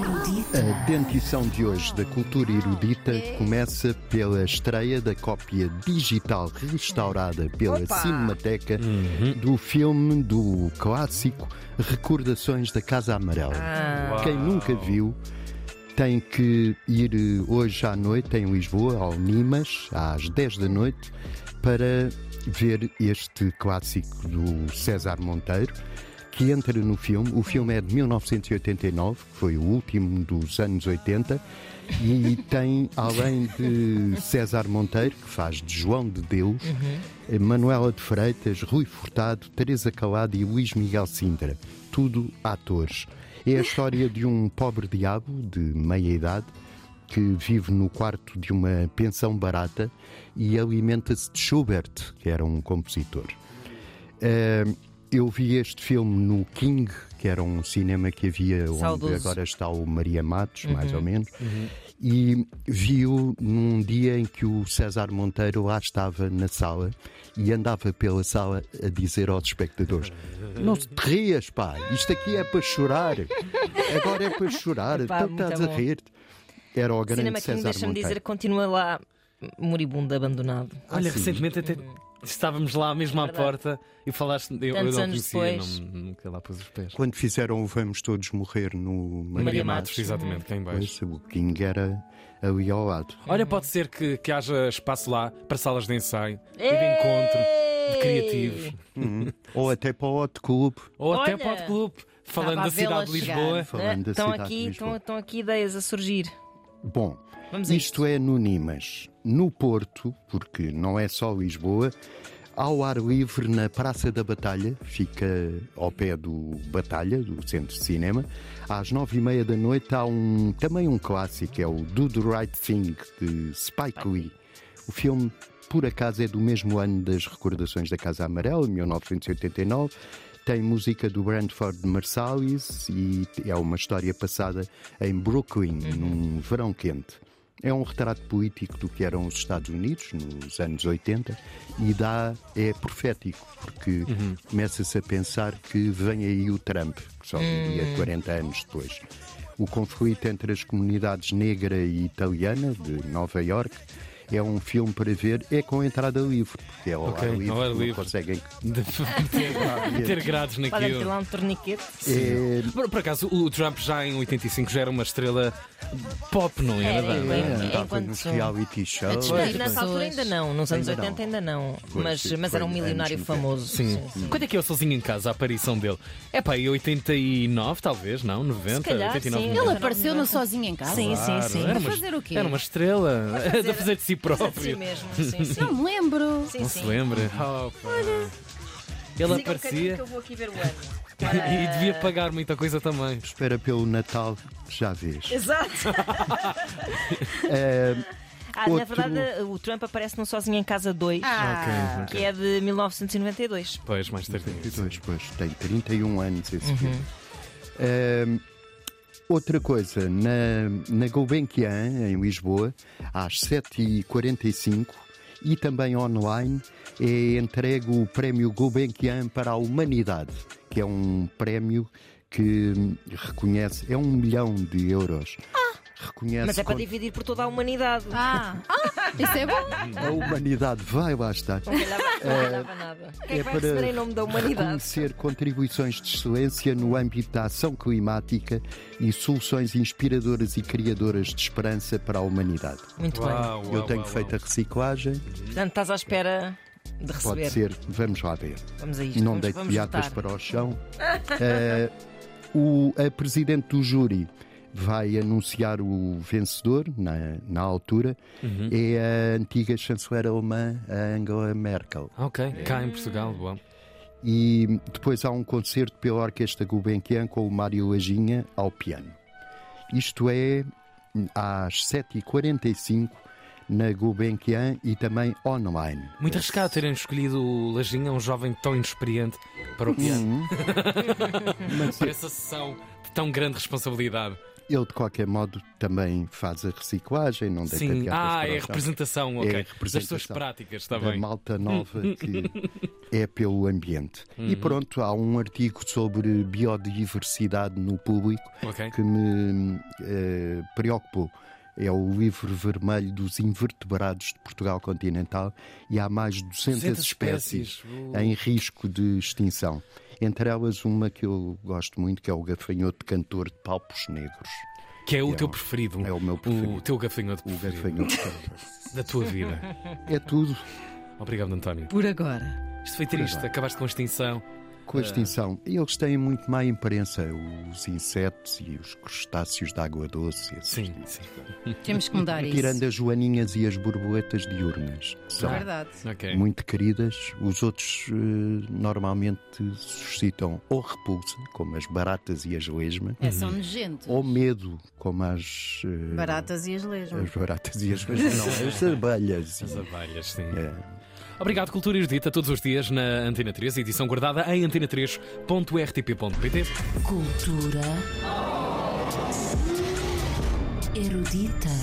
A dentição de hoje da cultura erudita começa pela estreia da cópia digital restaurada pela Opa! Cinemateca do filme do clássico Recordações da Casa Amarela. Quem nunca viu tem que ir eh, hoje à noite em Lisboa, ao Nimas, às 10 da noite, para ver este clássico do César Monteiro, que entra no filme. O filme é de 1989, que foi o último dos anos 80, e tem, além de César Monteiro, que faz de João de Deus, eh, Manuela de Freitas, Rui Furtado, Teresa Calado e Luís Miguel Sintra. Tudo atores. É a história de um pobre diabo de meia idade que vive no quarto de uma pensão barata e alimenta-se de Schubert, que era um compositor. Eh, eu vi este filme no King, que era um cinema que havia onde Saudoso. Uhum. agora está o Maria Matos, mais ou menos, e vi-o num dia em que o César Monteiro lá estava na sala e andava pela sala a dizer aos espectadores: Não se te rias, pá, isto aqui é para chorar, agora é para chorar, Epá, então estás muito a bom. rir. Era o grande Cinema King, César deixa-me Monteiro. dizer, que continua lá moribundo, abandonado. Olha, sim. recentemente até estávamos lá mesmo à porta e falaste. Eu, eu não Tantos anos conhecia, depois. não- nunca lá pus os pés. Quando fizeram o Vamos Todos Morrer no Maria Matos. né? Maria Matos, exatamente, cá em baixo. pois, o King era ali ao lado. Olha, pode ser que, que haja espaço lá para salas de ensaio e de encontro, de encontro, criativos. Ou até para o Hot Club. Ou até Olha, para o clube, falando estava da a cidade vê-la de Lisboa. chegar. Falando da né? Estão cidade de aqui, Lisboa. estão, estão aqui ideias a surgir. Bom, Vamos a isto é no Nimas. No Porto, porque não é só Lisboa, ao ar livre na Praça da Batalha, fica ao pé do Batalha, do Centro de Cinema, às nove e meia da noite há um, também um clássico, é o Do The Right Thing, de Spike Lee. O filme, por acaso, é do mesmo ano das recordações da Casa Amarela, 1989. Tem música do Brandford Marsalis e é uma história passada em Brooklyn, num verão quente. É um retrato político do que eram os Estados Unidos nos anos 80 e dá, é profético, porque começa-se a pensar que vem aí o Trump, que só viria 40 anos depois. O conflito entre as comunidades negra e italiana de Nova Iorque é um filme para ver, é com entrada livre, porque é ao Ok, ar livre, ao ar não livre. conseguem De ter grados Podem ter naquilo. lá um torniquete. É, Por, por acaso, o Trump já em 85 já era uma estrela pop, não É, era? é, Dan? é. andava enquanto- nos reality A shows. despedir. Pois, Nessa pois. altura ainda não, nos anos Ainda não. 80 ainda não, mas, sim, mas foi era um anos milionário 90. famoso. Sim. Quanto é que é o sozinho em casa, a aparição dele? É pá, em 89, talvez, não? 90, Se calhar, 89. sim. 90. Ele apareceu no sozinho em casa. Sim, sim, sim. Era uma, fazer o quê? Era uma estrela. Era a fazer de si Mas a si próprio. mesmo, sim, sim. Não me lembro. Sim, Não sim. um se lembra? Olha. Ele Sigam o caminho aparecia que eu vou aqui ver o ano. e, e devia pagar muita coisa também. Espera pelo Natal, já vês. Exato. É, Ah, na Outro- verdade, o Trump aparece no Sozinho em Casa 2, Ah, que é de 1992. Pois, mais tarde. Pois, pois, tem 31 anos esse filme. Ahm, outra coisa, na, na Gulbenkian, em Lisboa, às 7h45 e também online, é entregue o Prémio Gulbenkian para a Humanidade, que é um prémio que hum, reconhece, é um milhão de euros. Reconhece Mas é para con- dividir por toda a humanidade. ah, ah, isso é bom. a humanidade, vai lá estar. Não ganhava, não ganhava nada. Quem é que vai para receber em nome da humanidade? Reconhecer contribuições de excelência no âmbito da ação climática e soluções inspiradoras e criadoras de esperança para a humanidade. Muito bem. Eu tenho feito a reciclagem, Portanto, estás à espera de pode receber. ser, vamos lá ver. Vamos a isto. Não vamos, deito vamos beatas votar. para o chão. Eh, o, a presidente do júri vai anunciar o vencedor na, na altura. É a antiga chanceler alemã, a Angela Merkel. Ok, cá em Portugal, bom. E depois há um concerto pela Orquestra Gulbenkian com o Mário Laginha ao piano. Isto é às 7h45 na Gulbenkian e também online. Muito arriscado terem escolhido o Lajinha, um jovem tão inexperiente, Uhum. para o piano. para essa sessão de tão grande responsabilidade. Ele, de qualquer modo, também faz a reciclagem, não deita Sim. piadas Ah, para o é chão. a representação, É ok. a Das suas representação práticas, está da bem. malta nova Hum. que é pelo ambiente. Uhum. E pronto, há um artigo sobre biodiversidade no público Ok. que me eh, preocupou. É o livro vermelho dos invertebrados de Portugal continental e há mais de 200, 200 espécies, espécies. em risco de extinção. Entre elas, uma que eu gosto muito, que é o gafanhoto cantor de palpos negros. Que é o É teu o- preferido. é o meu preferido. O teu gafanhoto O preferido gafanhoto cantor. da tua vida. É tudo. Obrigado, António. Por agora. Isto foi triste, acabaste com a extinção. Ah. Com a extinção, eles têm muito má imprensa, os insetos e os crustáceos de água doce. esses Sim, tipos. sim. Temos que mudar isso. Tirando as joaninhas e as borboletas diurnas, que são É Verdade. Ok. muito queridas, os outros eh, normalmente suscitam ou repulsa, como as baratas e as lesmas, É, são nojentos. ou medo, como as, eh, Baratas e as lesmas. as é? baratas e as lesmas, não, as abelhas. As abelhas, sim. É. Obrigado, Cultura Erudita, todos os dias na Antena 3, edição guardada em antena3.rtp.pt. Cultura erudita.